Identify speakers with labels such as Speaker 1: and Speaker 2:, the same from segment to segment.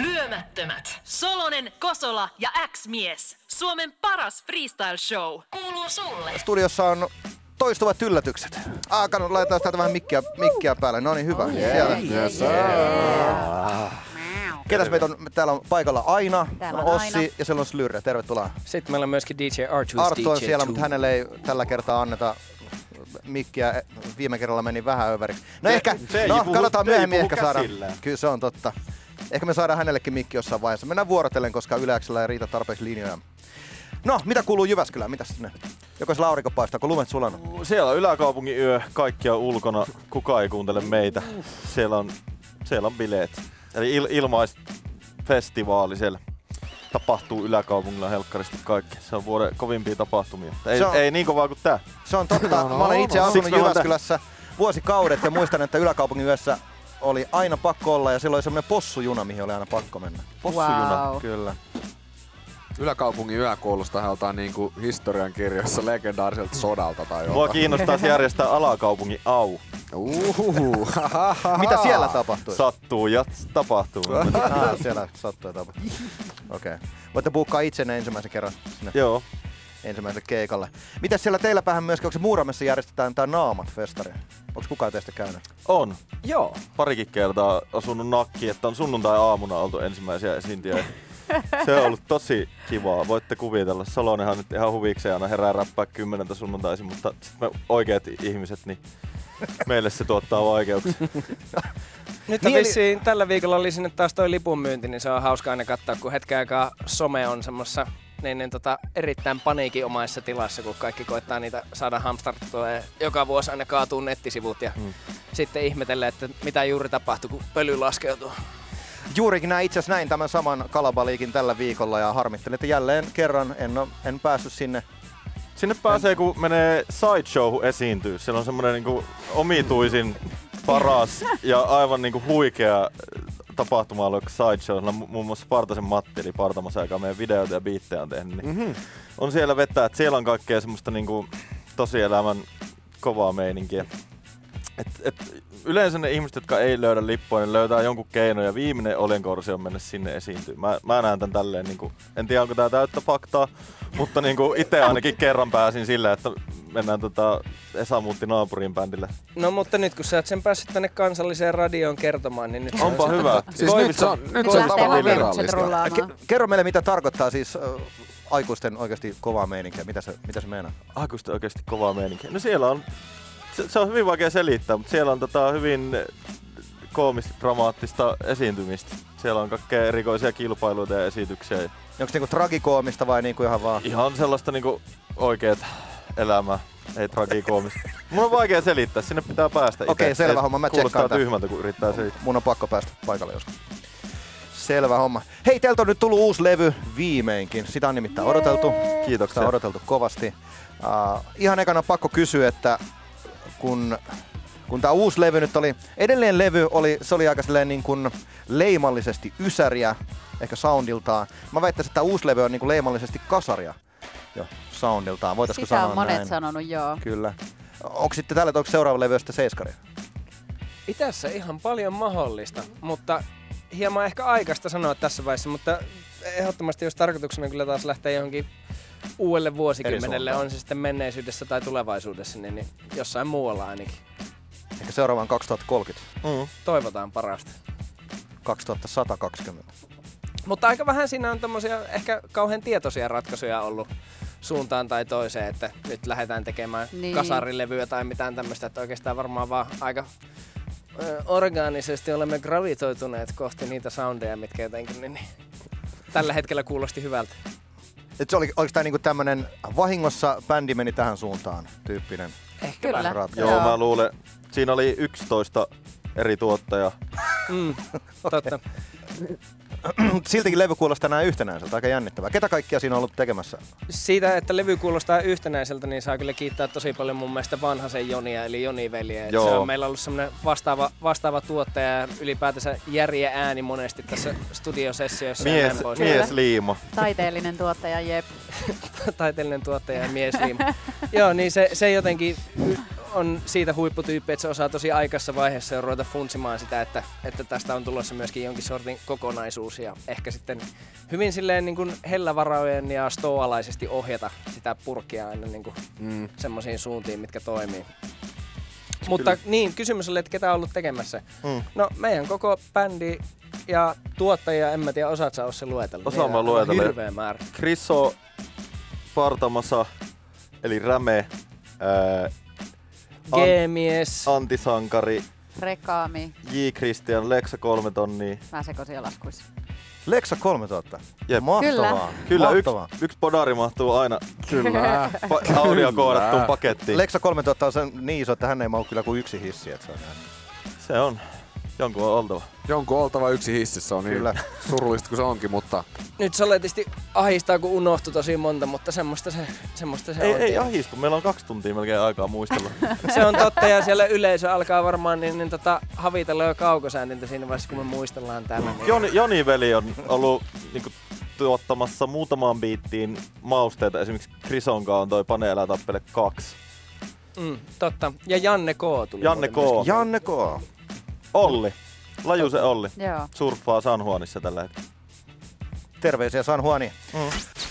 Speaker 1: Lyömättömät. Solonen, Kosola ja X-mies. Suomen paras freestyle show. Kuuluu sulle.
Speaker 2: Studiossa on toistuvat yllätykset. Aakan, laitetaan täältä vähän mikkiä, mikkiä päälle. No niin, hyvä. Siellä.
Speaker 3: Yes,
Speaker 2: Ketäs meitä on? Täällä on paikalla Aina,
Speaker 4: Täällä
Speaker 2: on
Speaker 4: on
Speaker 2: Ossi
Speaker 4: Aina.
Speaker 2: ja siellä on Slyrre. Tervetuloa.
Speaker 5: Sitten meillä on myöskin DJ Artus,
Speaker 2: Arttu on
Speaker 5: DJ
Speaker 2: siellä,
Speaker 5: Two.
Speaker 2: mutta hänelle ei tällä kertaa anneta mikkiä. E, Viime kerralla meni vähän överiksi. No ehkä,
Speaker 3: se ei
Speaker 2: no
Speaker 3: puhu-
Speaker 2: katsotaan
Speaker 3: se ei
Speaker 2: myöhemmin
Speaker 3: puhu
Speaker 2: ehkä saadaan.
Speaker 3: käsillään.
Speaker 2: Kyllä se on totta. Ehkä me saadaan hänellekin mikki jossain vaiheessa. Mennään vuorotellen, koska Yleäksellä ei riitä tarpeeksi linjoja. No, mitä kuuluu Jyväskylään? Mitäs sinne? Joko sillä aurinko paistaa, kun lumet sulanut?
Speaker 3: Siellä on yläkaupungin yö, kaikki on ulkona, kukaan ei kuuntele meitä. Siellä on, siellä on bileet. Eli il, ilmaisfestivaali siellä tapahtuu yläkaupungilla helkkaristi kaikki. Se on vuoden kovimpia tapahtumia. Ei,
Speaker 2: Se on-
Speaker 3: ei niin kovaa kuin tää.
Speaker 2: Se on totta.
Speaker 3: No, no,
Speaker 2: Mä olen itse
Speaker 3: no.
Speaker 2: asunut
Speaker 3: Siksi me ollaan
Speaker 2: Jyväskylässä vuosikaudet ja muistan, että yläkaupungin yössä oli aina pakko olla ja silloin oli semmoinen possujuna, mihin oli aina pakko mennä.
Speaker 3: Possujuna,
Speaker 4: Wow.
Speaker 3: kyllä.
Speaker 6: Yläkaupungin yläkoulusta halutaan niinku historian kirjassa legendaariselta sodalta tai
Speaker 3: Mua
Speaker 6: jotain.
Speaker 3: kiinnostaisi järjestää alakaupungin au.
Speaker 6: Uhuhu,
Speaker 2: Mitä siellä tapahtui?
Speaker 3: Sattuu ja tapahtuu.
Speaker 2: Ah, siellä sattuu ja tapahtui. Okei. Okay. Voitte buukkaa itsenne ensimmäisen kerran sinne
Speaker 3: Joo.
Speaker 2: ensimmäiselle keikalle. Mitäs siellä teillä päähän myöskin, onko se Muuramessa järjestetään tää Naamat festari? Onko kukaan teistä käynyt?
Speaker 3: On.
Speaker 5: Joo.
Speaker 3: Parikin kertaa asunut nakki, että on sunnuntai-aamuna oltu ensimmäisiä esiintyjä. Se on ollut tosi kivaa. Voitte kuvitella. Salonenhan nyt ihan huvikseen aina herää räppää kymmeneltä sunnuntaisin, mutta sit me oikeat ihmiset, niin meille se tuottaa vaikeuksia.
Speaker 5: Nyt
Speaker 2: Niin,
Speaker 5: niin,
Speaker 2: eli-
Speaker 5: vissiin, tällä viikolla oli sinne taas toi lipun myynti, niin se on hauska aina katsoa, kun hetken aikaa some on semmossa niin, niin tota, erittäin paniikinomaisessa tilassa, kun kaikki koittaa niitä saada hamstarttua ja joka vuosi aina kaatuu nettisivut ja
Speaker 2: Hmm.
Speaker 5: mm. sitten ihmetellään, että mitä juuri tapahtuu, kun pöly laskeutuu.
Speaker 2: Juurikin näin itse asiassa näin tämän saman kalabaliikin tällä viikolla ja harmittelin, että jälleen kerran en, oo- en päässyt sinne
Speaker 3: Sinne pääsee, kun menee sideshowhun esiintyy. Siellä on semmoinen niinku omituisin paras ja aivan niinku huikea tapahtuma alue sideshow. Siellä on mu- muun muassa Partasen Matti, eli Partamassa, joka meidän videoita ja biittejä on tehnyt. Niin mm-hmm. On siellä vetää, että siellä on kaikkea semmoista niinku tosielämän kovaa meininkiä. Et, et, yleensä ne ihmiset, jotka ei löydä lippua, niin löytää jonkun keinon ja viimeinen olenkorsi on mennä sinne esiintyä. Mä, mä näen tän tälleen, niin kuin, en tiedä onko tää täyttä faktaa, mutta niin kuin itse ainakin kerran pääsin sillä, että mennään tota Esa muutti naapuriin bändillä.
Speaker 5: No mutta nyt kun sä oot sen päässyt tänne kansalliseen radioon kertomaan, niin nyt se on
Speaker 3: Onpa
Speaker 5: sitten-
Speaker 3: hyvä.
Speaker 6: Siis nyt se on, nyt se on
Speaker 4: Lähtee
Speaker 6: tavallaan
Speaker 4: vaan
Speaker 6: virallista.
Speaker 4: virukset rullaamaan.
Speaker 2: Ke- kerro meille, mitä tarkoittaa siis äh, aikuisten oikeasti kovaa meininkiä. Mitä se, mitä se meinaa?
Speaker 3: Aikuista oikeasti kovaa meininkiä. No siellä on, se, se on hyvin vaikea selittää, mutta siellä on tota hyvin koomista, dramaattista esiintymistä. Siellä on kaikkea erikoisia kilpailuita ja esityksiä. Ja
Speaker 2: Onko niinku tragikoomista vai niinku ihan vaan?
Speaker 3: ihan sellaista niinku oikeet elämää. Ei tragikoomista. Mun on vaikea selittää, sinne pitää päästä
Speaker 2: Okei,
Speaker 3: itse.
Speaker 2: selvä
Speaker 3: Ei-
Speaker 2: homma, mä
Speaker 3: Kuulostaa
Speaker 2: tsekkaan tän.
Speaker 3: tyhmältä, kun yrittää selittää.
Speaker 2: Mun on pakko päästä paikalle joskus. Selvä homma. Hei, teiltä on nyt tullut uusi levy viimeinkin. Sitä on nimittäin odoteltu. Sitä on
Speaker 3: Kiitoksia.
Speaker 2: odoteltu kovasti. Uh, ihan ekana pakko kysyä, että kun, kun tämä uusi levy nyt oli, edelleen levy oli, se oli aika silleen niin kuin leimallisesti ysäriä, ehkä soundiltaan. Mä väittäisin, että tämä uusi levy on niin kuin leimallisesti kasaria jo soundiltaan. Voitaisko
Speaker 4: Sitä
Speaker 2: sanoa
Speaker 4: on monet
Speaker 2: näin?
Speaker 4: sanonut, joo.
Speaker 2: Kyllä. Onko sitten tällä, onko seuraava levy sitten seiskari?
Speaker 5: Itässä ihan paljon mahdollista, mutta hieman ehkä aikaista sanoa tässä vaiheessa, mutta ehdottomasti jos tarkoituksena kyllä taas lähtee johonkin uudelle vuosikymmenelle,
Speaker 2: suuntaan.
Speaker 5: on se sitten menneisyydessä tai tulevaisuudessa, niin, niin jossain muualla ainakin.
Speaker 2: Ehkä seuraava on 2030.
Speaker 3: Mm.
Speaker 5: Toivotaan parasta.
Speaker 2: 2120.
Speaker 5: Mutta aika vähän siinä on tämmöisiä ehkä kauhean tietoisia ratkaisuja ollut suuntaan tai toiseen, että nyt lähdetään tekemään
Speaker 4: Niin.
Speaker 5: niin. kasarilevyä tai mitään tämmöistä, että oikeastaan varmaan vaan aika ö, orgaanisesti olemme gravitoituneet kohti niitä soundeja, mitkä jotenkin niin, niin, tällä hetkellä kuulosti hyvältä.
Speaker 2: Et se oli oikeastaan niinku tämmönen vahingossa bändi meni tähän suuntaan tyyppinen
Speaker 5: Ehkä
Speaker 4: Kyllä.
Speaker 5: vähän.
Speaker 2: ratkaisu.
Speaker 3: Joo,
Speaker 4: Joo.
Speaker 3: mä luulen. Siinä oli 11 eri tuottajaa.
Speaker 5: Mm, totta.
Speaker 2: Mut siltikin levy kuulostaa näin yhtenäiseltä, aika jännittävää. Ketä kaikkia siinä on ollut tekemässä?
Speaker 5: Siitä, että levy kuulostaa yhtenäiseltä, niin saa kyllä kiittää tosi paljon mun mielestä vanhasen Jonia, eli Joni veljeä. Et Se
Speaker 3: Joo.
Speaker 5: on meillä ollut semmoinen vastaava, vastaava tuottaja ja ylipäätänsä järjen ääni monesti tässä studiosessiossa. ja
Speaker 3: Mies,
Speaker 5: näin pois.
Speaker 3: mies liima.
Speaker 4: Taiteellinen tuottaja, jep.
Speaker 5: Taiteellinen tuottaja ja mies. Niin. Joo, niin se, se jotenkin y- on siitä huipputyyppi, että se osaa tosi aikaisessa vaiheessa jo ruveta funtsimaan sitä, että, että tästä on tulossa myöskin jonkin sortin kokonaisuus ja ehkä sitten hyvin silleen niin kuin hellävarojen ja stoalaisesti ohjata sitä purkia aina niin kuin
Speaker 6: Mm.
Speaker 5: semmoisiin suuntiin, mitkä toimii. Mutta niin, kysymys oli, että ketä on ollut tekemässä.
Speaker 2: Mm.
Speaker 5: No meidän koko bändi ja tuottajia, en mä tiedä, osaat sä ole se luetella.
Speaker 3: Osaan mä
Speaker 5: Niitä on
Speaker 3: luetella.
Speaker 5: Hirveä määrä.
Speaker 3: Kriso Partamasa, eli Räme, ää, An-
Speaker 5: G-mies,
Speaker 3: Antti Sankari,
Speaker 4: Rekaami.
Speaker 3: J. Christian, Leksa kolme tonnia.
Speaker 4: Mä sekoisin jo laskuissa.
Speaker 2: Leksa 3000.
Speaker 3: Jep.
Speaker 2: Mahtavaa.
Speaker 3: Kyllä, yksi
Speaker 2: Mahtavaa.
Speaker 3: yks podari mahtuu aina
Speaker 6: Kyllä.
Speaker 3: pa- audiokoodettuun
Speaker 6: Kyllä.
Speaker 3: pakettiin.
Speaker 2: Leksa 3000 on sen niin iso, että hän ei mahu kyllä kuin yksi hissi. Että se on ihan-
Speaker 3: Se on. Jonkun on oltava.
Speaker 6: Jonkun oltava yksi hississä on niin
Speaker 2: Kyllä.
Speaker 6: Kyllä. surullista kuin se onkin, mutta
Speaker 5: nyt soletisti ahistaa, kun unohtui tosi monta, mutta semmoista se, semmoista se
Speaker 3: Ei,
Speaker 5: on.
Speaker 3: ei
Speaker 5: tietysti.
Speaker 3: ahistu, meillä on kaksi tuntia melkein aikaa muistella.
Speaker 5: Se on totta ja siellä yleisö alkaa varmaan niin, niin tota, havitella jo kaukosäänintä siinä vaiheessa, kun me muistellaan täällä. Niin.
Speaker 3: Joni, Joni Veli on ollut niinku, tuottamassa muutamaan biittiin mausteita. Esimerkiksi Krisonkaan on toi Paneelä tappele 2.
Speaker 5: Mm, totta. Ja Janne K. tuli.
Speaker 3: Janne K.
Speaker 5: muuten myöskin.
Speaker 2: Janne K.
Speaker 3: Olli. Lajusen Olli.
Speaker 4: Joo.
Speaker 3: Surffaa San Juanissa tällä hetkellä.
Speaker 2: Terveisiä San Juani.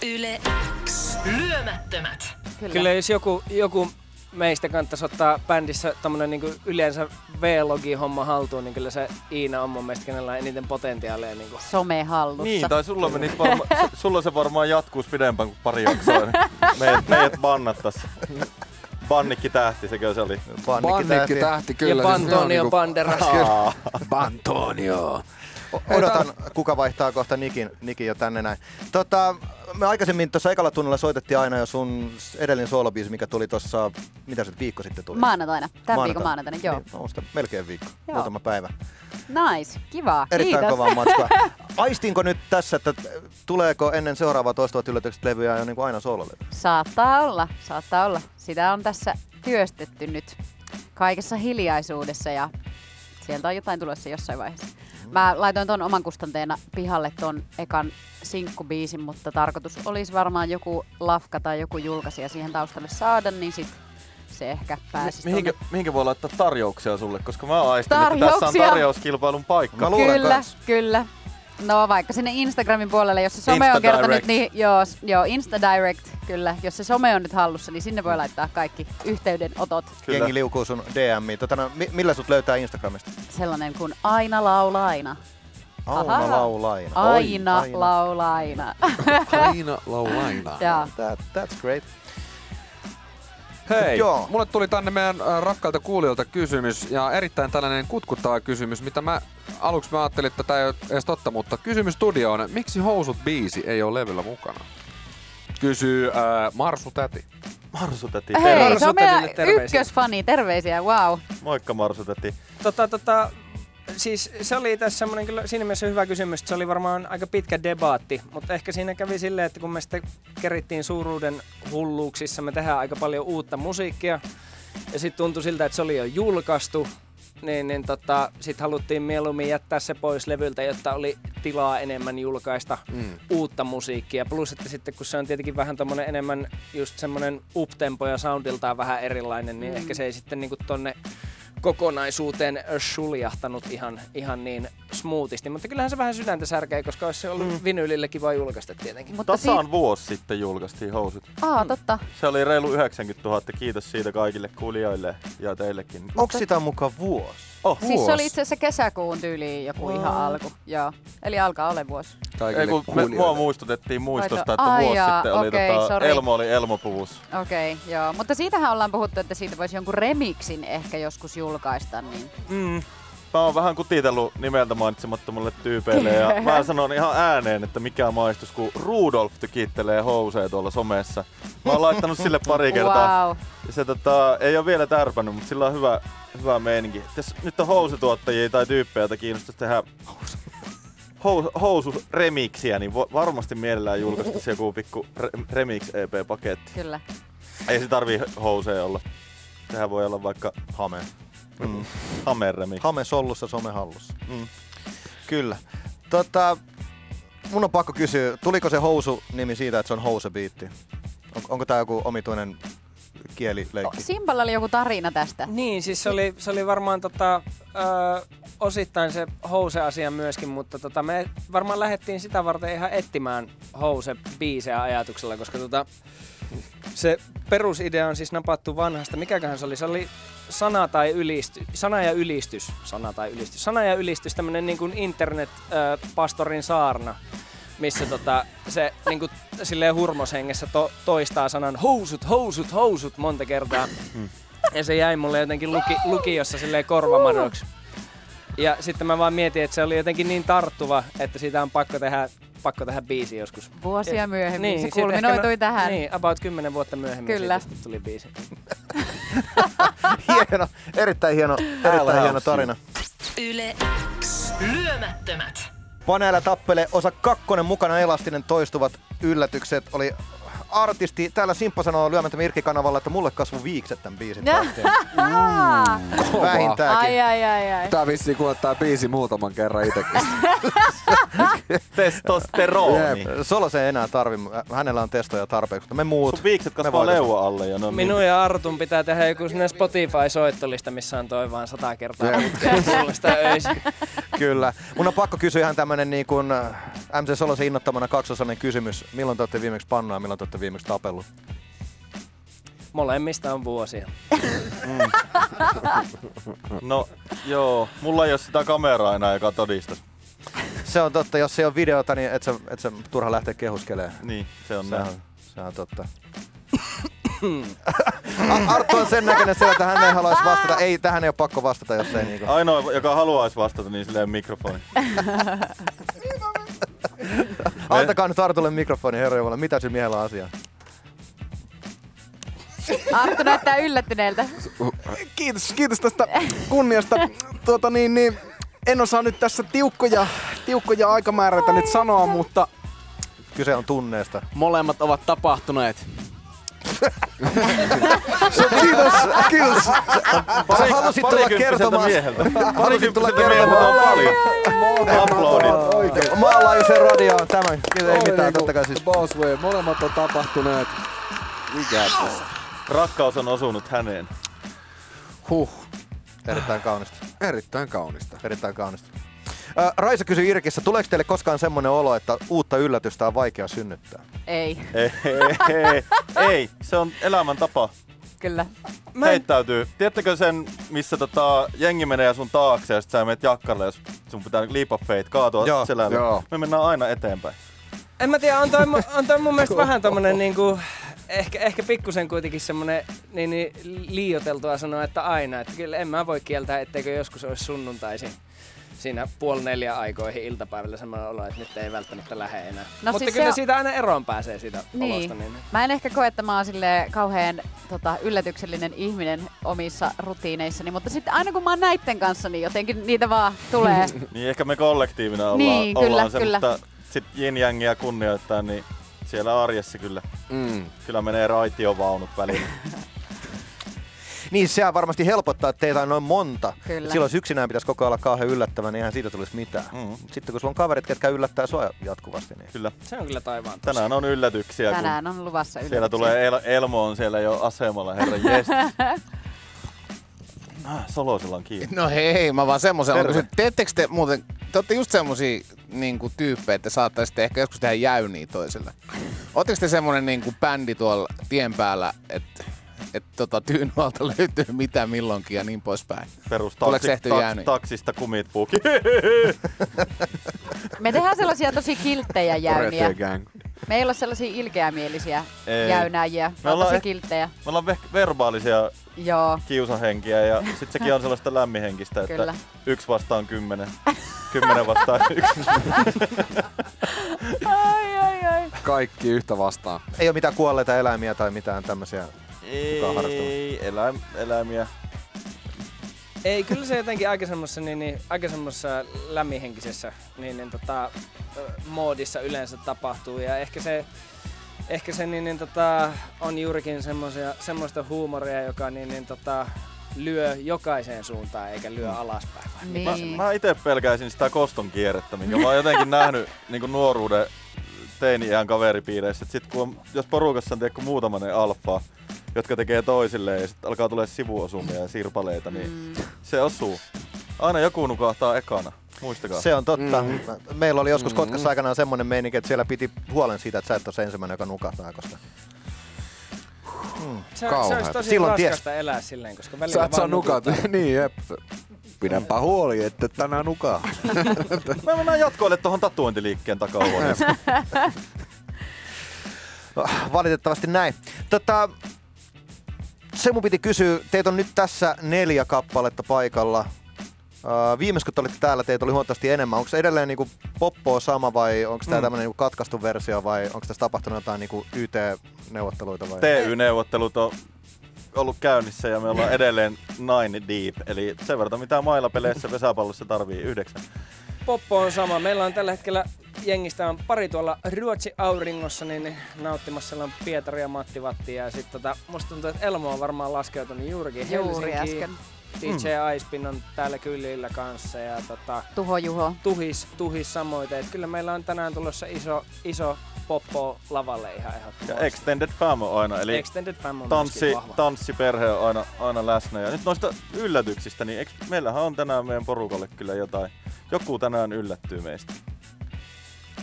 Speaker 1: Yle X. Lyömättömät.
Speaker 4: Kyllä.
Speaker 5: Kyllä jos joku, joku meistä kannattaisi ottaa bändissä tämmönen niin yleensä V-logi-homma haltuun, niin kyllä se Iina on mun mielestä kenellä on eniten potentiaalia. Niin kuin.
Speaker 4: Somehallussa.
Speaker 3: Niin, tai sulla, menis varma, su- sulla se varmaan jatkuus pidempään kuin pari jaksoa. niin meidät, meidät bannattas. Bannikki tähti, sekö se oli?
Speaker 6: Bannikki tähti
Speaker 5: Ja
Speaker 6: kyllä. siis se on
Speaker 5: Pantonio
Speaker 6: niinku-
Speaker 5: Banderas.
Speaker 3: Aa,
Speaker 6: Pantonio.
Speaker 2: Odotan, kuka vaihtaa kohta Nikin, Nikin jo tänne näin. Tota, me aikaisemmin tuossa ekalla tunnilla soitettiin aina jo sun edellinen soolobiisi, mikä tuli tuossa, mitä se nyt, viikko sitten tuli?
Speaker 4: Maanantaina. Tämän viikon maanantaina, joo.
Speaker 2: Niin, on sitä melkein viikko, joo.
Speaker 4: Joo.
Speaker 2: muutama päivä.
Speaker 4: Nice, kiva.
Speaker 2: Erittäin
Speaker 4: Kiitos.
Speaker 2: kovaa matkaa. Aistinko nyt tässä, että tuleeko ennen seuraavaa toistuvat yllätykset levyä jo niin kuin aina soololevy?
Speaker 4: Saattaa olla, saattaa olla. Sitä on tässä työstetty nyt kaikessa hiljaisuudessa ja sieltä on jotain tulossa jossain vaiheessa. Mä laitoin ton oman kustanteena pihalle ton ekan sinkkubiisin, mutta tarkoitus olisi varmaan joku lafka tai joku julkaisija siihen taustalle saada, niin sit se ehkä pääsisi
Speaker 3: mihinkä,
Speaker 4: tonne.
Speaker 3: mihinkä voi laittaa tarjouksia sulle, koska mä aistin, että tässä on
Speaker 4: Tarjouksia?
Speaker 3: tarjouskilpailun paikka.
Speaker 2: Mä luulen
Speaker 4: Kyllä,
Speaker 2: kans.
Speaker 4: kyllä. No vaikka sinne Instagramin puolelle, jos se some
Speaker 3: Insta
Speaker 4: on kerta
Speaker 3: Direct.
Speaker 4: nyt, niin joo, s- joo, Insta Direct, kyllä. Jos se some on nyt hallussa, niin sinne voi laittaa kaikki yhteydenotot.
Speaker 3: Kyllä.
Speaker 2: Jengi liukuu sun DMiin. Tota, no, mi- millä sut löytää Instagramista?
Speaker 4: sellainen kuin aina laula aina.
Speaker 2: Auna
Speaker 4: Ahaa.
Speaker 2: Laulaina.
Speaker 4: Aina,
Speaker 2: Oi,
Speaker 4: laula aina.
Speaker 6: Aina laulaina.
Speaker 4: Joo.
Speaker 2: That, that's great.
Speaker 6: Hei,
Speaker 2: Joo.
Speaker 6: Joo. mulle tuli tänne meidän äh, rakkailta kuulijoilta kysymys ja erittäin tällainen kutkuttava kysymys, mitä mä aluksi mä ajattelin, että tämä ei ole edes totta, mutta kysymys studioon. Miksi housut biisi ei ole levyllä mukana? Kysyy äh, Marsu Täti.
Speaker 3: Marsutäti,
Speaker 4: Hei,
Speaker 3: terve.
Speaker 4: se on meidän
Speaker 5: Marsutelille terveisiä.
Speaker 4: ykkösfani, terveisiä, wow.
Speaker 3: Moikka
Speaker 4: No
Speaker 3: Marsutäti.
Speaker 5: Tota, tota, siis se oli tässä semmoinen kyllä siinä mielessä hyvä kysymys, että se oli varmaan aika pitkä debaatti, mutta ehkä siinä kävi silleen, että kun me sitten kerittiin suuruuden hulluuksissa, me tehdään aika paljon uutta musiikkia, ja sitten tuntui siltä, että se oli jo julkaistu, niin, niin tota, sitten haluttiin mieluummin jättää se pois levyltä, jotta oli tilaa enemmän julkaista mm. uutta musiikkia. Plus, että sitten kun se on tietenkin vähän tommonen enemmän just semmoinen uptempo ja soundiltaan vähän erilainen, niin mm. ehkä se ei sitten niinku tonne kokonaisuuteen suljahtanut ihan, ihan niin smoothisti. Mutta kyllähän se vähän sydäntä särkee, koska olisi se ollut mm. vinylille kiva julkaista tietenkin.
Speaker 4: Mutta
Speaker 3: Tasaan vuosi sitten julkaistiin housut.
Speaker 4: si- Aa, totta.
Speaker 3: Se oli reilu 90 000. Kiitos siitä kaikille kuulijoille ja teillekin.
Speaker 2: Onko sitä mukaan vuosi?
Speaker 3: Oh,
Speaker 4: Oh, Siis se oli itse asiassa kesäkuun tyyliin joku ihan alku. Joo. Eli alkaa ole vuosi.
Speaker 3: Ei, kun me, mua muistutettiin muistosta, että
Speaker 4: Ai
Speaker 3: vuosi
Speaker 4: jaa,
Speaker 3: sitten oli
Speaker 4: okei,
Speaker 3: tota,
Speaker 4: sori.
Speaker 3: Elmo oli Elmo-puvus.
Speaker 4: Okei, okay, joo. Mutta siitähän ollaan puhuttu, että siitä voisi jonkun remixin ehkä joskus julkaista. Niin.
Speaker 5: Mm.
Speaker 3: Mä oon vähän kutitellut nimeltä mainitsemattomalle tyypeille ja mä sanon ihan ääneen, että mikä maistus, kun Rudolf tykittelee housee tuolla somessa. Mä oon laittanut sille pari kertaa.
Speaker 4: Wow.
Speaker 3: Ja Se tota, ei ole vielä tärpännyt, mutta sillä on hyvä, hyvä meininki. Et Jos nyt on housutuottajia tai tyyppejä, joita kiinnostaisi tehdä hous, housuremiksiä, niin vo- varmasti mielellään julkaistaisi joku pikku re, remix-EP-paketti.
Speaker 4: Kyllä.
Speaker 3: Ei se tarvii housee olla. Sehän voi olla vaikka
Speaker 2: Hame.
Speaker 3: mm, hamerremix.
Speaker 2: Hame sollussa, some hallussa.
Speaker 3: Mm.
Speaker 2: Kyllä. Tota, mun on pakko kysyä, tuliko se housu-nimi siitä, että se on housebiitti? On, onko tää joku omituinen kielileikki.
Speaker 4: Simballa oli joku tarina tästä.
Speaker 5: Niin, siis se oli, se oli varmaan tota, ö, osittain se houseasia myöskin, mutta tota, me varmaan lähdettiin sitä varten ihan etsimään house-biisejä ajatuksella, koska tota, se perusidea on siis napattu vanhasta. Mikäköhän se oli? Se oli sana tai ylisty, sana ja ylistys. Sana tai ylistys. Sana ja ylistys, tämmönen niin kuin internet-pastorin saarna missä tota, se niinku, silleen hurmoshengessä to, toistaa sanan housut, housut, housut monta kertaa. Ja se jäi mulle jotenkin luki, lukiossa silleen korvamadoksi. Ja sitten mä vaan mietin, että se oli jotenkin niin tarttuva, että siitä on pakko tehdä, pakko tehdä biisi joskus.
Speaker 4: Vuosia myöhemmin
Speaker 5: sit Eh,
Speaker 4: se
Speaker 5: niin, siis ehkä
Speaker 4: kulminoitui tähän.
Speaker 5: Niin, about 10 vuotta myöhemmin
Speaker 4: Kyllä.
Speaker 5: Kyllä. siitä sitten tuli biisi.
Speaker 2: hieno, erittäin hieno, erittäin hieno tarina.
Speaker 1: Yle X. Lyömättömät.
Speaker 2: Paneela tappele osa kakkonen mukana elastinen toistuvat yllätykset oli artisti. Täällä Simppa sanoo lyömättä Mirkki-kanavalla, että mulle kasvu viikset tämän biisin takia.
Speaker 4: Ai,
Speaker 2: Vähintäänkin.
Speaker 4: ai, ai, ai.
Speaker 6: Tää vissiin kuulettaa biisi muutaman kerran itekin.
Speaker 3: Testosteroni.
Speaker 2: Niin. Solo se ei enää tarvi, hänellä on testoja tarpeeksi, mutta me muut.
Speaker 3: Sun viikset
Speaker 2: me
Speaker 3: kasvaa
Speaker 2: voidaan-
Speaker 3: leua alle ja no niin.
Speaker 5: Minun ja Artun pitää tehdä joku sinne Spotify-soittolista, missä on toi vaan sata kertaa putkeen kuulla sitä öisin.
Speaker 2: Kyllä. Mun on pakko kysyä ihan tämmönen niin kuin äh, MC Solosen innottamana kaksosainen kysymys. Milloin te olette viimeksi pannaa ja milloin te olette viimeksi tapellut?
Speaker 5: Molemmista on vuosia.
Speaker 3: No joo, mulla ei ole sitä kameraa enää, joka todistaisi.
Speaker 2: Se on totta, jos ei ole videota, niin et sä, et sä turha lähteä kehuskelemaan.
Speaker 3: Niin, se on
Speaker 2: Se
Speaker 3: näin.
Speaker 2: on, se on totta. A- Arttu on sen näköinen siellä, että hän ei haluaisi vastata. Ei, tähän ei ole pakko vastata, jos ei niinku.
Speaker 3: Ainoa, joka haluaisi vastata, niin silleen mikrofoni.
Speaker 2: Antakaa nyt Artulle mikrofoni, herra Jumala. Mitä sillä miehellä on asiaa?
Speaker 4: Arttu näyttää yllättyneeltä.
Speaker 7: Kiitos, kiitos tästä kunniasta. Tuota niin, niin en osaa nyt tässä tiukkoja, tiukkoja aikamääräitä nyt sanoa, mutta
Speaker 2: Kyse on tunneesta.
Speaker 8: Molemmat ovat tapahtuneet.
Speaker 7: kiitos, kiitos.
Speaker 2: Sä halusit tulla kertomaan.
Speaker 3: mieheltä.
Speaker 2: Halusit tulla
Speaker 3: Parikymppiseltä mieheltä on
Speaker 2: kertomaan.
Speaker 3: paljon. Aplodit.
Speaker 2: Maanlaajuisen radioon tämän. Ei mitään, totta kai siis.
Speaker 6: Boss way, molemmat on tapahtuneet. Mikä tässä?
Speaker 3: Rakkaus on osunut häneen.
Speaker 6: Huh,
Speaker 2: Erittäin kaunista.
Speaker 6: erittäin kaunista.
Speaker 2: Erittäin kaunista. Ö, Raisa kysyi Irkissä, tuleeko teille koskaan semmoinen olo, että uutta yllätystä on vaikea synnyttää?
Speaker 4: Ei,
Speaker 5: Eh,
Speaker 3: Ei, ei, ei, se on elämäntapa.
Speaker 4: kyllä.
Speaker 3: Mä Heittäytyy. Tiedättekö sen, missä tota, jengi menee sun taakse ja sit sä menet jakkalle, jos sun pitää leap of faith kaatua
Speaker 2: Joo,
Speaker 3: selälle.
Speaker 6: joo.
Speaker 3: Me mennään aina eteenpäin.
Speaker 5: En mä tiedä, on toi, mu- on toi mun mielestä vähän tommonen niinku, ehkä, ehkä pikkusen kuitenkin semmonen niin, niin liioteltua sanoa, että aina. Että kyllä en mä voi kieltää, etteikö joskus olisi sunnuntaisin siinä puoli neljä aikoihin iltapäivällä semmoinen olo, että nyt ei välttämättä lähde enää.
Speaker 4: No
Speaker 5: No Mutta
Speaker 4: siis
Speaker 5: siis kyllä
Speaker 4: se on-
Speaker 5: siitä aina eroon pääsee siitä niin. olosta.
Speaker 4: Niin.
Speaker 5: Niin.
Speaker 4: Mä en ehkä koe, että mä oon silleen kauhean tota, yllätyksellinen ihminen omissa rutiineissani, mutta sitten aina kun mä oon näitten kanssa, niin jotenkin niitä vaan tulee.
Speaker 3: Niin ehkä me kollektiivina ollaan,
Speaker 4: Niin, kyllä,
Speaker 3: ollaan se,
Speaker 4: kyllä.
Speaker 3: mutta sit yin jangia kunnioittaa, niin siellä arjessa kyllä,
Speaker 6: Mm.
Speaker 3: kyllä menee raitiovaunut väliin.
Speaker 2: Niin, sehän varmasti helpottaa, että teitä on noin monta.
Speaker 4: Kyllä.
Speaker 2: Silloin jos yksinään pitäisi koko ajan olla kauhean yllättävä, niin eihän siitä tulisi mitään.
Speaker 3: Mm.
Speaker 2: Sitten kun sulla on kaverit, ketkä yllättää sua jatkuvasti, niin
Speaker 3: kyllä.
Speaker 5: Se on kyllä taivaan. tos.
Speaker 3: Tänään on yllätyksiä,
Speaker 4: Tänään on luvassa
Speaker 3: kun
Speaker 4: yllätyksiä.
Speaker 3: siellä tulee El- Elmo on siellä jo asemalla, herra jest. Ah, Solosella on kiinni.
Speaker 8: No hei, hei mä vaan semmoisen
Speaker 2: Terve.
Speaker 8: on kysyn. Teettekö te muuten, te ootte just semmosia niin kuin, tyyppejä, että saattaisitte ehkä joskus tehdä jäyniä toiselle. Ootteko te semmonen niin kuin, bändi tuolla tien päällä, että että tota, tyynualta löytyy mitä milloinkin ja niin poispäin.
Speaker 3: Perus
Speaker 8: Tuleeko
Speaker 3: taksi,
Speaker 8: tehty
Speaker 3: taks,
Speaker 8: jääni?
Speaker 3: taksista kumit puuki.
Speaker 4: Me tehdään sellaisia tosi kilttejä jäyniä.
Speaker 6: Retö gang.
Speaker 4: Me ei olla sellaisia ilkeämielisiä
Speaker 3: Ei.
Speaker 4: jäynääjiä,
Speaker 3: Me
Speaker 4: vaan
Speaker 3: ollaan
Speaker 4: tosi
Speaker 3: eh-
Speaker 4: kilttejä.
Speaker 3: Me ollaan veh- verbaalisia
Speaker 4: Joo.
Speaker 3: kiusahenkiä ja sit sekin on sellaista lämmihenkistä, että
Speaker 4: Kyllä.
Speaker 3: yksi vastaan kymmenen. Kymmenen vastaan yksi.
Speaker 4: Ai, ai, ai.
Speaker 6: Kaikki yhtä vastaan.
Speaker 2: ei ole mitään kuolleita eläimiä tai mitään tämmöisiä. on harrastanut?
Speaker 3: Ei, eläim, eläimiä.
Speaker 5: Ei, kyllä se jotenkin aika semmoisessa niin, niin, aika semmoisessa lämminhenkisessä niin, niin, tota, ö, moodissa yleensä tapahtuu. Ja ehkä se, ehkä se niin, niin, tota, on juurikin semmoisia, semmoista huumoria, joka niin, niin, tota, lyö jokaiseen suuntaan eikä
Speaker 9: Mm.
Speaker 5: lyö alaspäin. vai mitä se-
Speaker 4: Niin.
Speaker 3: Mä itse pelkäisin sitä koston kierrettä, minkä mä oon jotenkin nähnyt niin nuoruuden teini-iän kaveripiireissä. Et sit kun on, jos porukassa on tiedätkö, muutamainen alfa, jotka tekee toisilleen ja sitten alkaa tulee sivuosumia ja sirpaleita, niin se osuu. Aina joku nukahtaa ekana, muistakaa.
Speaker 2: Se on totta. Mm. Meillä oli joskus Kotkassa aikanaan semmoinen meininki, että siellä piti huolen siitä, että sä et ole se ensimmäinen, joka nukahtaa, koska
Speaker 5: Se, on- se olisi
Speaker 6: Kauheeta.
Speaker 5: tosi
Speaker 2: Silloin
Speaker 5: raskasta elää silleen, koska välillä
Speaker 9: Saat saa
Speaker 5: vaan
Speaker 9: nukat. niin, jep. Pidänpä huoli, että tänään nukaa.
Speaker 3: Mä mennään jatkoille tuohon tatuointiliikkeen takahuoneeseen.
Speaker 2: Valitettavasti näin. Tota, se mun piti kysyä, teitä on nyt tässä neljä kappaletta paikalla. Öö, viimeis kun te olitte täällä, teitä oli huomattavasti enemmän. Onko edelleen niinku poppoa sama vai onko tämä mm. tämmöinen niinku katkaistu versio vai onko tässä tapahtunut jotain niinku YT-neuvotteluita? Vai?
Speaker 3: TY-neuvottelut on ollut käynnissä ja me ollaan edelleen nine deep, eli sen verran mitä mailapeleissä pesäpallossa tarvii yhdeksän.
Speaker 5: Poppo on sama. Meillä on tällä hetkellä jengistä on pari tuolla Ruotsi auringossa niin niin nauttimassa siellä on Pietari ja Matti Vatti. Ja sitten tota, musta tuntuu, että Elmo on varmaan laskeutunut juurikin
Speaker 4: Juuri
Speaker 5: Helsinkiin.
Speaker 4: äsken.
Speaker 5: DJ
Speaker 3: Hmm.
Speaker 5: Aispin on täällä kylillä kanssa ja tota,
Speaker 4: Tuho Juho.
Speaker 5: tuhis, tuhis samoin. Et kyllä meillä on tänään tulossa iso, iso poppo lavalle ihan
Speaker 3: Ja
Speaker 5: ehdottomasti.
Speaker 3: extended fam on aina, eli
Speaker 5: Extended Fam on
Speaker 3: tanssi,
Speaker 5: myöskin vahva.
Speaker 3: tanssiperhe on aina, aina läsnä. Ja nyt noista yllätyksistä, niin eks, meillähän on tänään meidän porukalle kyllä jotain. Joku tänään yllättyy meistä.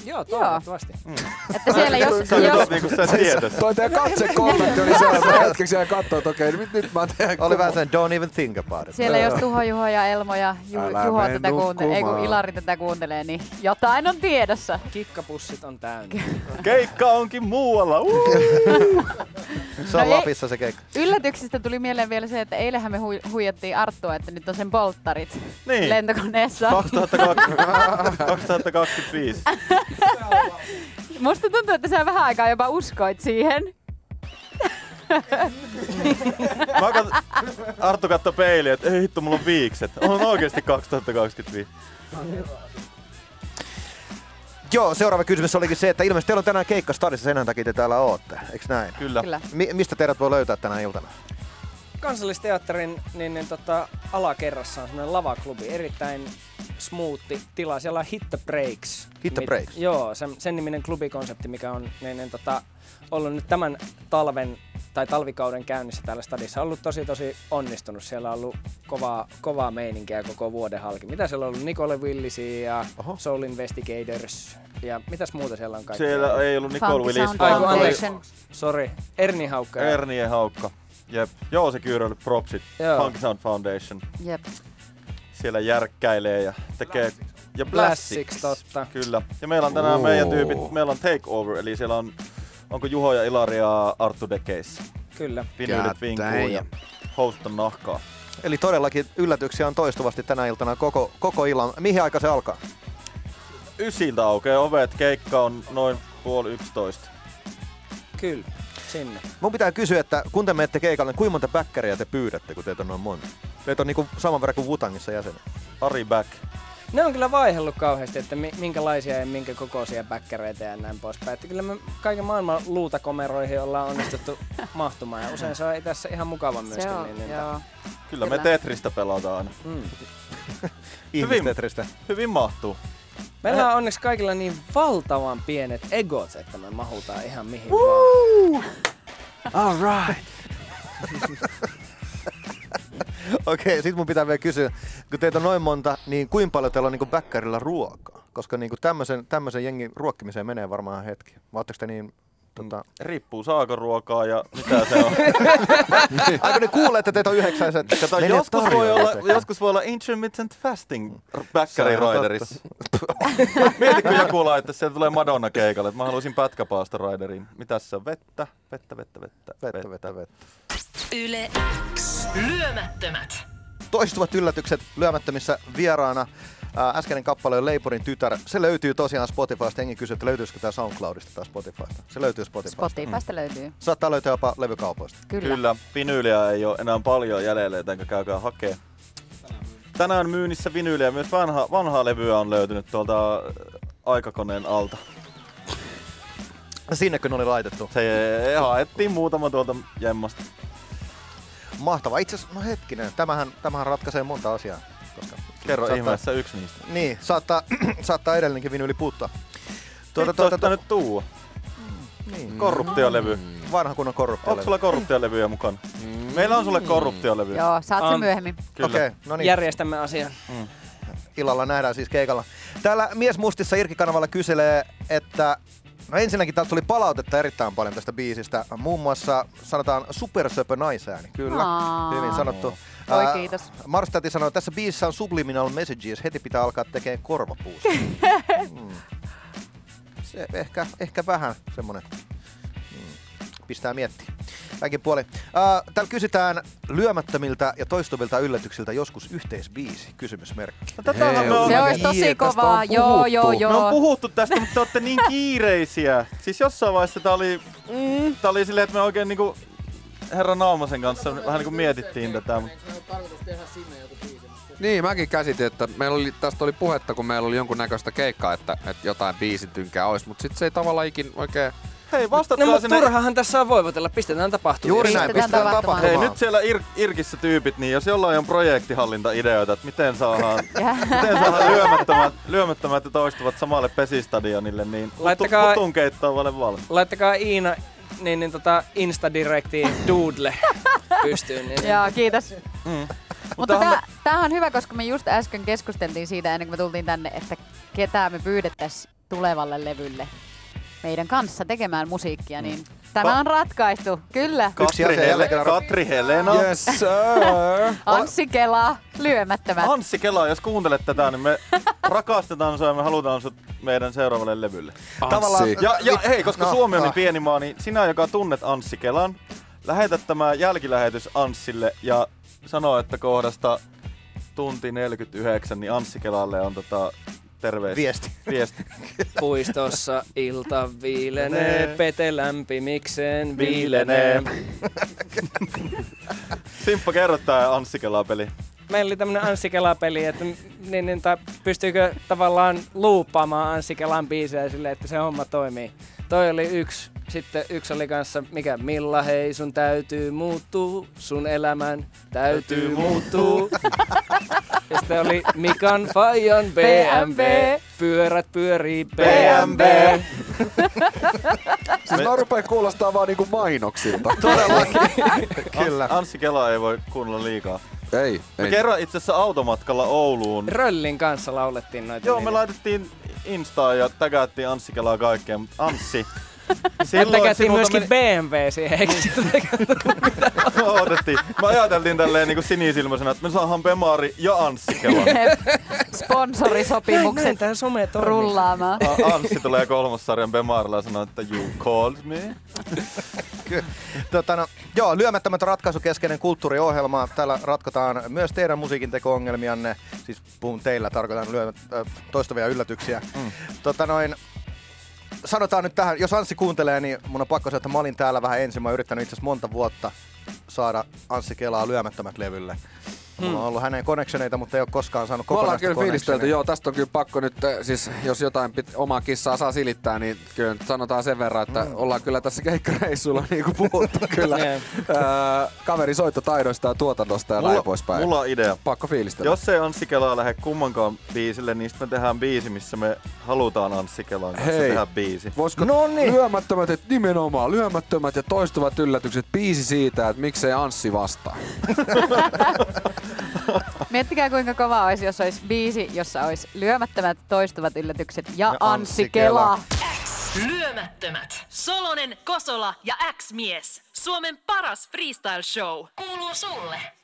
Speaker 5: Joo, toivottavasti.
Speaker 4: Että siellä jos,
Speaker 3: Sä nyt
Speaker 4: jos
Speaker 3: oot niinku sä tietäs.
Speaker 9: Toi teidän katse kommentti oli sellainen, että mä hetkeksi jäin katsoa, että okei, nyt, nyt mä teen
Speaker 2: Oli vähän sen don't even think about it.
Speaker 4: Siellä jos Tuho Juho ja Elmo ja Ju-
Speaker 9: Älä
Speaker 4: Juho
Speaker 9: mene
Speaker 4: tätä kuuntelee, ei kun
Speaker 9: nukkumaan.
Speaker 4: Ilari tätä kuuntelee, niin jotain on tiedossa.
Speaker 5: Kikkapussit on täynnä.
Speaker 3: Keikka onkin muualla. Uu!
Speaker 2: Se on
Speaker 4: No ei-
Speaker 2: Lapissa se keikka.
Speaker 4: Yllätyksistä tuli mieleen vielä se, että eilähän me hui- huijattiin Arttua, että nyt on sen polttarit
Speaker 3: Niin.
Speaker 4: lentokoneessa.
Speaker 3: 2020, 2025.
Speaker 4: Musta tuntuu, että sä vähän aikaa jopa uskoit siihen.
Speaker 3: Mä kat... Arttu katsoi peiliä, että ei hitto, mulla on viikset. On oikeesti 2025.
Speaker 2: Joo, seuraava kysymys olikin se, että ilmeisesti teillä on tänään keikka stadissa, sen takia te täällä ootte, eikö näin?
Speaker 3: Kyllä.
Speaker 4: Kyllä.
Speaker 2: Mi- mistä teidät voi löytää tänä iltana?
Speaker 5: Kansallisteatterin niin, niin, tota, alakerrassa on semmoinen lavaklubi, erittäin smoothi tila. Siellä on Hit the Breaks.
Speaker 2: Hit the Breaks.
Speaker 5: Joo, sen, sen niminen klubikonsepti, mikä on niin, niin, tota, ollut nyt tämän talven tai talvikauden käynnissä täällä stadissa. Ollut tosi tosi onnistunut. Siellä on ollut kovaa, kovaa meininkiä koko vuoden halki. Mitä siellä on ollut? Nicole Willisi ja Oho. Soul Investigators ja mitäs muuta siellä on kaikkea?
Speaker 3: Siellä ei ollut Nicole
Speaker 4: Funky
Speaker 3: Willis,
Speaker 4: Sound
Speaker 5: Ai, kun
Speaker 3: vaan oli
Speaker 5: anteeksi. Sori, Erni Haukka. ja-
Speaker 3: Ernie Haukka. Jep. Joo, se kyllä oli propsit.
Speaker 5: Joo.
Speaker 3: Funky Sound Foundation.
Speaker 4: Jep.
Speaker 3: siellä järkkäilee ja tekee... Ja
Speaker 5: Blastics, totta.
Speaker 3: Kyllä. Ja meillä on tänään meidän tyypit, meillä on takeover, eli siellä on, onko Juho ja Ilari ja Arttu Dekeis.
Speaker 5: Kyllä.
Speaker 3: Vinyylit
Speaker 9: God
Speaker 3: vinkuun ja housut on nahkaa.
Speaker 2: Eli todellakin yllätyksiä on toistuvasti tänä iltana koko, koko illan. Mihin aika se alkaa?
Speaker 3: Ysiltä aukeaa ovet, keikka on noin puoli yksitoista.
Speaker 5: Kyllä, sinne.
Speaker 2: Mun pitää kysyä, että kun te menette keikalle, niin kuinka monta bäkkäriä te pyydätte, kun teitä on noin monta? Teitä on niinku saman verran kuin Wutangissa jäseniä.
Speaker 3: Ari back.
Speaker 5: Ne on kyllä vaihellut kauheasti, että mi- minkälaisia ja minkä kokoisia bäkkäreitä ja näin poispäin. Että kyllä me kaiken maailman luutakomeroihin ollaan onnistuttu mahtumaan ja usein se on tässä ihan mukava myöskin.
Speaker 4: Se on,
Speaker 5: niin, niin,
Speaker 4: joo.
Speaker 3: Kyllä, me
Speaker 4: Kyllä.
Speaker 3: Tetristä pelataan aina.
Speaker 2: Ihmistetristä.
Speaker 3: Hyvin mahtuu.
Speaker 5: Meillä on onneksi kaikilla niin valtavan pienet egot, että me mahutaan ihan mihin vaan.
Speaker 9: All right.
Speaker 2: Okei, sit mun pitää vielä kysyä, kun teitä on noin monta, niin kuinka paljon teillä on niinku bäkkärillä ruokaa? Koska niinku tämmöisen, tämmöisen jengin ruokkimiseen menee varmaan hetki. Vai ootteko te niin... Tota...
Speaker 3: Mm. Riippuu saako ruokaa ja mitä se on.
Speaker 2: Ai kun ne kuulee, että teitä on yhdeksäiset.
Speaker 3: Kato,
Speaker 2: neljä
Speaker 3: joskus voi,
Speaker 2: tarjolla
Speaker 3: olla,
Speaker 2: teitä.
Speaker 3: joskus voi olla intermittent fasting backerin
Speaker 2: Se on
Speaker 3: riderissa. Mieti, kun joku laittaa, sieltä tulee Madonna keikalle, että mä haluaisin pätkäpaasta rideriin. Mitäs se on? Vettä, vettä, vettä, vettä,
Speaker 2: Vettä, vettä, vettä.
Speaker 1: Yle X. Lyömättömät.
Speaker 2: toistuvat yllätykset lyömättömissä vieraana. Ää, Äskeinen kappale on Leipurin tytär. Se löytyy tosiaan Spotifysta. Enkin kysyi, että löytyisikö tämä SoundCloudista tai Spotifysta. Se löytyy Spotifysta.
Speaker 4: Spotifysta löytyy.
Speaker 2: Saattaa löytyä jopa levykaupoista.
Speaker 4: Mm. Kyllä.
Speaker 3: Kyllä, vinyyliä ei ole enää paljon jäljellä, joten käykää hakee. Tänään myynnissä vinyyliä, myös vanha, vanhaa levyä on löytynyt tuolta äh, aikakoneen alta.
Speaker 2: Sinnekö ne oli laitettu?
Speaker 3: Se haettiin muutama tuolta jemmasta.
Speaker 2: Mahtava. Itse asiassa, no hetkinen, tämähän, tämähän ratkaisee monta asiaa. Koska
Speaker 3: Kerro
Speaker 2: saattaa-
Speaker 3: ihmeessä yksi niistä.
Speaker 2: Niin, saattaa, saattaa edellinenkin vinyyli puuttua.
Speaker 3: Tuota, tuota, tuota, nyt tuu.
Speaker 2: Tuota, Niin.
Speaker 3: Korruptiolevy.
Speaker 2: vanha kunnon korruptio.
Speaker 3: Onko sulla korruptialevyjä mukana?
Speaker 2: Mm.
Speaker 3: Meillä on sulle korruptialevyjä.
Speaker 4: Joo, saat sen
Speaker 5: Um,
Speaker 4: myöhemmin.
Speaker 3: Kyllä.
Speaker 2: Okei, okay, no niin.
Speaker 5: Järjestämme asian.
Speaker 2: illalla nähdään siis keikalla. Täällä Mies Mustissa Irkki-kanavalla kyselee, että No ensinnäkin täältä tuli palautetta erittäin paljon tästä biisistä. Muun muassa sanotaan supersöpö naisääni. Kyllä,
Speaker 4: Aa.
Speaker 2: hyvin sanottu.
Speaker 4: Oi,
Speaker 2: Ää,
Speaker 4: kiitos.
Speaker 2: Marstati sanoi, että tässä biisissä on subliminal messages. Heti pitää alkaa tekemään korvapuusta. mm. Se ehkä, ehkä vähän semmonen mm, pistää miettiä. Kaikin puolin. Äh, täällä kysytään lyömättömiltä ja toistuvilta yllätyksiltä joskus yhteisbiisi, kysymysmerkki.
Speaker 3: No, tätähän me
Speaker 4: Se
Speaker 3: ollaan-
Speaker 4: olisi tosi
Speaker 2: Tästä on
Speaker 4: kovaa. Joo, joo,
Speaker 3: Me on
Speaker 4: joo.
Speaker 3: puhuttu tästä, mutta te olette niin kiireisiä. Siis jossain vaiheessa tää oli,
Speaker 4: Mm.
Speaker 3: tää oli silleen, että me oikein niinku herra Naumasen kanssa vähän niinku mietittiin tätä. mut-
Speaker 6: Niin, mäkin käsitin, että meillä oli, tästä oli puhetta, kun meillä oli jonkunnäköistä keikkaa, että, että jotain biisitynkää olisi, mutta sitten se ei tavallaan ikin oikein...
Speaker 3: Hei,
Speaker 5: No
Speaker 3: vastatkaa
Speaker 5: mutta
Speaker 3: sinne.
Speaker 5: turhahan tässä on voivotella. Pistetään tapahtumaan.
Speaker 2: Juuri
Speaker 4: Pistetään
Speaker 2: näin, pistetään
Speaker 4: tapahtumaan.
Speaker 2: tapahtumaan.
Speaker 3: Hei, nyt siellä Ir- Irkissä tyypit, niin jos jollain on projektihallintaideoita, että miten saadaan, miten saadaan lyömättömät, lyömättömät ja toistuvat samalle pesistadionille, niin
Speaker 5: Laittakaa-
Speaker 3: tutun keittavalle valmis.
Speaker 5: Laittakaa Iina niin, niin tota Insta-direktiin Doodle pystyyn. Niin, niin.
Speaker 4: Joo, kiitos. Mutta
Speaker 3: Mutta
Speaker 4: tää, tämähän on hyvä, koska me just äsken keskusteltiin siitä, ennen kuin me tultiin tänne, että ketää me pyydettäisiin tulevalle levylle meidän kanssa tekemään musiikkia, niin tämä on ratkaistu. Kyllä.
Speaker 2: Yksi asia jälleen
Speaker 3: Katri,
Speaker 2: kerran.
Speaker 3: Hele- Katri Helena. Yes.
Speaker 9: Yes, sir.
Speaker 4: Anssi Kela, lyömättömät.
Speaker 3: Anssi Kela, jos kuuntelet tätä, niin me rakastetaan sua ja me halutaan sut meidän seuraavalle levylle.
Speaker 2: Tavallaan,
Speaker 3: Ja, ja hei, koska
Speaker 2: No,
Speaker 3: no, Suomi on
Speaker 2: ah.
Speaker 3: niin pieni maa, niin sinä, joka tunnet Anssi Kelan, lähetä tämä jälkilähetys Anssille ja sano, että kohdasta tunti 49, niin Anssi Kelalle on tota terveys.
Speaker 2: Viesti.
Speaker 3: Viesti.
Speaker 5: Puistossa ilta viilenee, pete lämpimikseen viilenee.
Speaker 3: Viilenee. Simppa, kerro tää Anssi Kelaa peli.
Speaker 5: Meillä oli tämmönen Anssi Kela-peli, että niin, niin, tai pystyykö tavallaan luuppaamaan Anssi Kelan biisejä silleen, että se homma toimii. Toi oli yksi. Sitten yksi oli kanssa, mikä Milla hei, sun täytyy muuttuu, sun elämän täytyy muuttuu. ja sitten oli Mikan Fajan BMW, pyörät pyörii BMW.
Speaker 9: Siis mä rupean kuulostaa vaan niinku mainoksilta.
Speaker 2: Kyllä.
Speaker 3: Ans- Anssi Kela ei voi kuunnella liikaa.
Speaker 9: Ei,
Speaker 3: Me
Speaker 9: ei.
Speaker 3: kerran itse asiassa automatkalla Ouluun.
Speaker 5: Röllin kanssa laulettiin noita.
Speaker 3: Joo,
Speaker 5: niitä.
Speaker 3: me laitettiin Instaan ja tägättiin Anssi Kelaa kaikkeen, mutta Anssi...
Speaker 5: Silloin Niin. Tekättiin
Speaker 3: sinulta
Speaker 5: myöskin
Speaker 3: meni-
Speaker 5: meni... BMW siihen, eikö
Speaker 3: Odotettiin. Me ajateltiin tälleen niinku sinisilmäisenä, että me saadaan Pemari ja Anssi Kela.
Speaker 4: Sponsorisopimukset
Speaker 5: Tämä some rullaa.
Speaker 4: rullaamaan.
Speaker 3: A- Anssi tulee kolmossarjan Pemarilla ja sanoo, että you called me.
Speaker 2: Tota, no, joo, lyömättömät ratkaisukeskeinen kulttuuriohjelma. Täällä ratkotaan myös teidän musiikin teko-ongelmianne. Siis puhun teillä, tarkoitan lyömät, ö, toistuvia yllätyksiä. Mm. Tota, noin, sanotaan nyt tähän, jos Anssi kuuntelee, niin mun on pakko sanoa, että mä olin täällä vähän ensin. Mä oon yrittänyt itse asiassa monta vuotta saada Anssi Kelaa lyömättömät levylle. Mulla on ollut hänen connectioneita, mutta ei ole koskaan saanut
Speaker 6: Me ollaan
Speaker 2: kokonaista
Speaker 6: kyllä fiilistelty,
Speaker 2: connectionia.
Speaker 6: joo, tästä on kyllä pakko nyt, äh, siis jos jotain pit, omaa kissaa saa silittää, niin kyllä nyt sanotaan sen verran, että mm. ollaan kyllä tässä keikkareissulla niinku puhuttu kyllä
Speaker 5: Jep.
Speaker 6: ää, kaveri soittotaidoista ja tuotannosta ja näin poispäin.
Speaker 3: mulla on idea.
Speaker 6: Pakko fiilistellä.
Speaker 3: Jos ei Anssi Kelaa lähde kummankaan biisille, niin sitten me tehdään biisi, missä me halutaan Anssi Kelan kanssa
Speaker 6: Hei.
Speaker 3: tehdä biisi.
Speaker 6: Voisiko no niin. lyömättömät, että nimenomaan lyömättömät ja toistuvat yllätykset, biisi siitä, että miksei Anssi vastaa.
Speaker 4: Miettikää kuinka kova olisi, jos olisi biisi, jossa olisi lyömättömät toistuvat yllätykset ja, ja
Speaker 2: Anssi
Speaker 4: Anssi Kela.
Speaker 1: Lyömättömät. Solonen, Kosola ja X-mies. Suomen paras freestyle show. Kuuluu sulle.